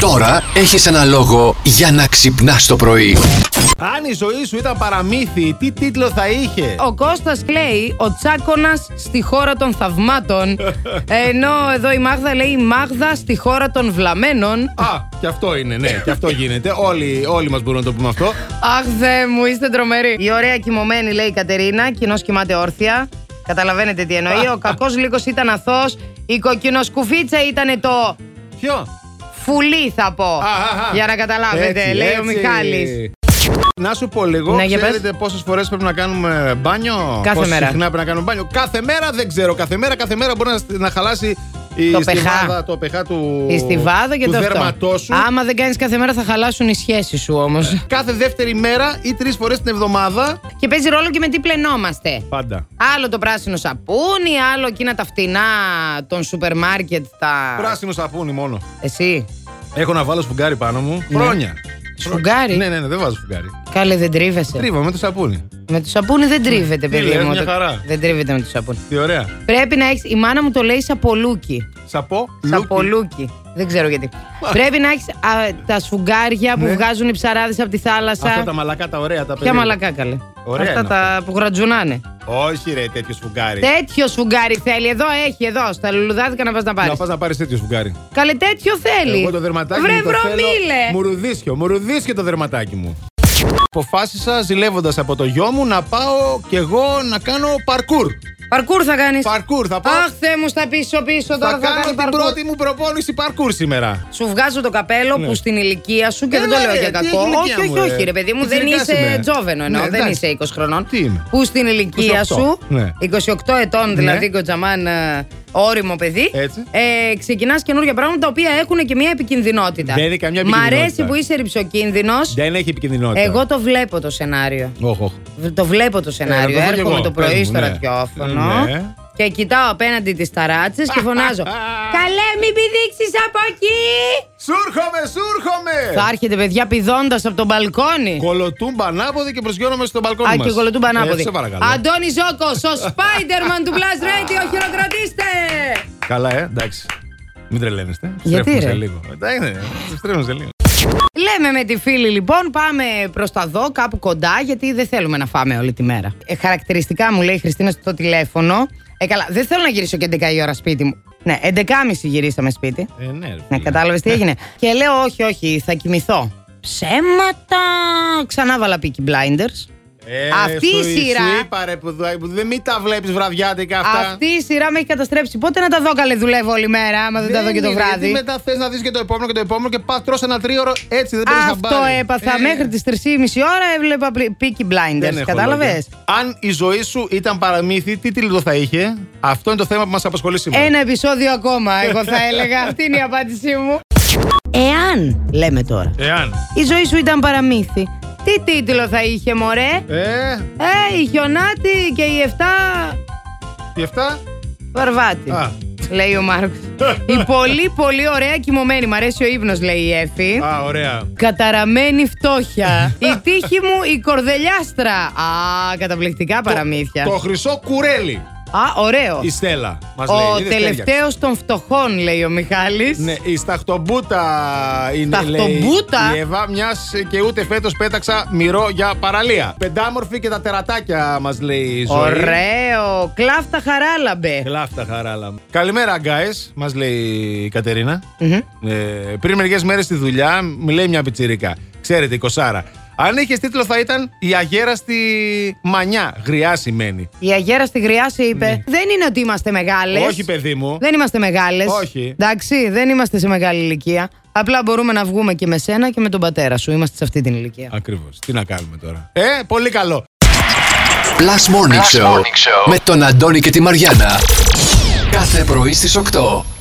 Τώρα έχεις ένα λόγο για να ξυπνάς το πρωί. Αν η ζωή σου ήταν παραμύθι, τι τίτλο θα είχε. Ο Κώστας λέει ο Τσάκονας στη χώρα των θαυμάτων. Ενώ εδώ η Μάγδα λέει η Μάγδα στη χώρα των βλαμένων. Α, και αυτό είναι, ναι, και αυτό γίνεται. Όλοι, όλοι μας μπορούν να το πούμε αυτό. Αχ, δε μου, είστε τρομεροί. Η ωραία κοιμωμένη, λέει η Κατερίνα, κοινό κοιμάται όρθια. Καταλαβαίνετε τι εννοεί. Ο κακός λύκος ήταν αθώος. Η κοκκινοσκουφίτσα ήταν το Ποιο. φουλί, θα πω. α, α. Για να καταλάβετε, Έτσι, λέει ο έτσι. Μιχάλης. Να σου πω λίγο, Ναι, για πες. ξέρετε πόσες φορές πρέπει να κάνουμε μπάνιο. Κάθε Πόσο μέρα. Συχνά πρέπει να κάνουμε μπάνιο. Κάθε μέρα δεν ξέρω. Κάθε μέρα, κάθε μέρα μπορεί να, να χαλάσει η Το στιβάδα, πεχά. το πεχά του, Η στιβάδα και του το αυτό. δέρματός σου. Άμα δεν κάνεις κάθε μέρα, θα χαλάσουν οι σχέσεις σου όμως. Κάθε δεύτερη μέρα ή τρεις φορές την εβδομάδα. Και παίζει ρόλο και με τι πλενόμαστε. Πάντα. Άλλο το πράσινο σαπούνι, άλλο εκείνα τα φτηνά των σούπερ μάρκετ. Τα... Πράσινο σαπούνι μόνο. Εσύ. Έχω να βάλω σφουγγάρι πάνω μου. Χρόνια. Ναι. Σφουγγάρι. Ναι, ναι, ναι, δεν βάζω σφουγγάρι. Κάλε, δεν τρίβεσαι. Τρίβω με το σαπούνι. Με το σαπούνι δεν τρίβεται, παιδί λες, μου. μια Το- χαρά. Δεν τρίβεται με το σαπούνι. Τι ωραία. Πρέπει να έχεις. Η μάνα μου το λέει σαπολούκι. Σαπό. λούκι. Σαπολούκι. Δεν ξέρω γιατί. Πρέπει να έχεις τα σφουγγάρια που Ναι. βγάζουν οι ψαράδες από τη θάλασσα. Αυτά τα μαλακά τα ωραία τα παιδιά. Ποια μαλακά καλέ. Ωραία Αυτά είναι τα που γρατζουνάνε. Όχι, ρε, τέτοιο σφουγγάρι. Τέτοιο σφουγγάρι θέλει. Εδώ έχει, εδώ. Στα λουλουδάδικα να πας να πάρεις. Να πας να πάρεις τέτοιο σφουγγάρι. Καλέ, τέτοιο θέλει. Εγώ το δερματάκι Βρε, μου το βρωμήλε. θέλω μουρουδίσιο, μουρουδίσιο το δερματάκι μου. Αποφάσισα ζηλεύοντας από το γιο μου να πάω κι εγώ να κάνω παρκούρ. Παρκούρ θα κάνεις. Παρκούρ θα πάω. Αχ, θε μου στα πίσω-πίσω τώρα θα θα, κάνω κάνει την παρκούρ. πρώτη μου προπόνηση παρκούρ σήμερα. Σου βγάζω το καπέλο Ναι. που στην ηλικία σου και Ε, δεν το ναι, λέω ρε, για τι κακό. ηλικία Όχι, μου, όχι, ρε. όχι, ρε παιδί μου, Τι δεν ηλικίας είσαι είμαι. τζόβενο εννοώ. Ναι, δεν εντάξει. είσαι 20 χρονών. Τι είμαι. Που στην ηλικία 28, σου, ναι. 28 ετών δηλαδή, κοτζαμάν ε, όριμο παιδί, Έτσι. ε, ξεκινάς καινούργια πράγματα τα οποία έχουν και μια επικινδυνότητα. Δεν είναι καμιά Μ' αρέσει επικινδυνότητα. που είσαι ρηψοκίνδυνος. Δεν έχει επικινδυνότητα. Εγώ το βλέπω το σενάριο. Όχ, όχ. Το βλέπω το σενάριο. Ε, να το δω κι Έρχομαι εγώ. το Πες πρωί μου, στο ναι. ραδιόφωνο Ναι. και κοιτάω απέναντι τις ταράτσες και φωνάζω. Καλέ, μην πηδήξεις από εκεί! Σούρχομαι, σούρχομαι! Θα έρχεται, παιδιά, πηδώντας από τον μπαλκόνι. Κολοτούμπα ανάποδη και προσγειώνομαι στον μπαλκόνι. Α, μας. και κολοτούμπα Ε, ανάποδη. σε παρακαλώ. Αντώνη Ζώκος, ο Spider-Man του Blast Radio, χειροκροτήστε! Καλά, ε, εντάξει. Μην τρελαίνεστε. Γιατί, Στρέφουμε ρε? σε λίγο. Εντάξει, στρέφουμε σε λίγο. Λέμε με τη φίλη λοιπόν, πάμε προς τα δω, κάπου κοντά, γιατί δεν θέλουμε να φάμε όλη τη μέρα. Ε, χαρακτηριστικά μου λέει η Χριστίνα στο τηλέφωνο. Ε, καλά, δεν θέλω να γυρίσω και 11 η ώρα σπίτι μου. Ναι, 11.30 γυρίσαμε σπίτι. Ε, ναι, ρε, Ναι, φίλε. κατάλαβες τι έγινε. και λέω, όχι, όχι, θα κοιμηθώ. Ψέματα! Ξανά βάλα Peaky Blinders. Ε, Αυτή σου- η σειρά- Σου είπα, ρε, που, δου- που δεν μην τα βλέπεις βραδιάτικα αυτά. Αυτή η σειρά με έχει καταστρέψει. Πότε να τα δω, καλέ, δουλεύω όλη μέρα, άμα δεν, τα δω και το είναι, βράδυ. Γιατί μετά θες να δεις και το επόμενο και το επόμενο και πας τρώ ένα τρίωρο έτσι δεν Ε. παίρνει Αυτό έπαθα. Μέχρι τις 3.30 ώρα έβλεπα πλη- Peaky Blinders. Κατάλαβε. Αν η ζωή σου ήταν παραμύθι, τι τίτλο θα είχε. Αυτό είναι το θέμα που μας απασχολεί σήμερα. Ένα επεισόδιο ακόμα, εγώ θα έλεγα. Αυτή είναι η απάντησή μου. Εάν, λέμε τώρα, Εάν. η ζωή σου ήταν παραμύθι, τι τίτλο θα είχε, μωρέ. Ε, Ε, η Χιονάτη και η 7 τι αυτά. Βαρβάτη. Α. Λέει ο Μάρκος. η πολύ, πολύ ωραία κοιμωμένη. Μ' αρέσει ο ύπνος, λέει η Εφη. Α, ωραία. Καταραμένη φτώχεια. η τύχη μου, η κορδελιάστρα. Α, καταπληκτικά παραμύθια. Το, το χρυσό κουρέλι. Α, ωραίο. Η Στέλλα. Μας λέει. Ο Είδες, τέλειαξε. τελευταίος των φτωχών, λέει ο Μιχάλης Ναι, η σταχτομπούτα είναι Σταχτομπούτα? λέει, η Εύα, μιας και ούτε φέτος πέταξα μυρό για παραλία. Πεντάμορφη και τα τερατάκια μας λέει η ζωή. Ωραίο. Κλάφτα χαράλαμπε. Κλάφτα χαράλα μου. Καλημέρα, guys, μας λέει η Κατερίνα. Μμμ. Ε, πριν μερικές μέρες στη δουλειά, μου λέει μια πιτσιρικά. Ξέρετε, η Κοσάρα. Αν είχες τίτλο θα ήταν Η αγέραστη μανιά. Γριά σημαίνει. Η αγέρα στη γριά σε είπε: Δεν είναι ότι είμαστε μεγάλες. Ναι. Όχι, παιδί μου. Δεν είμαστε μεγάλες. Όχι. Εντάξει, δεν είμαστε σε μεγάλη ηλικία. Απλά μπορούμε να βγούμε και με σένα και με τον πατέρα σου. Είμαστε σε αυτή την ηλικία. Ακριβώς. Τι να κάνουμε τώρα. Ε, πολύ καλό. Plus Morning, Show, με τον Αντώνη και τη Μαριάνα. Κάθε πρωί στις 8.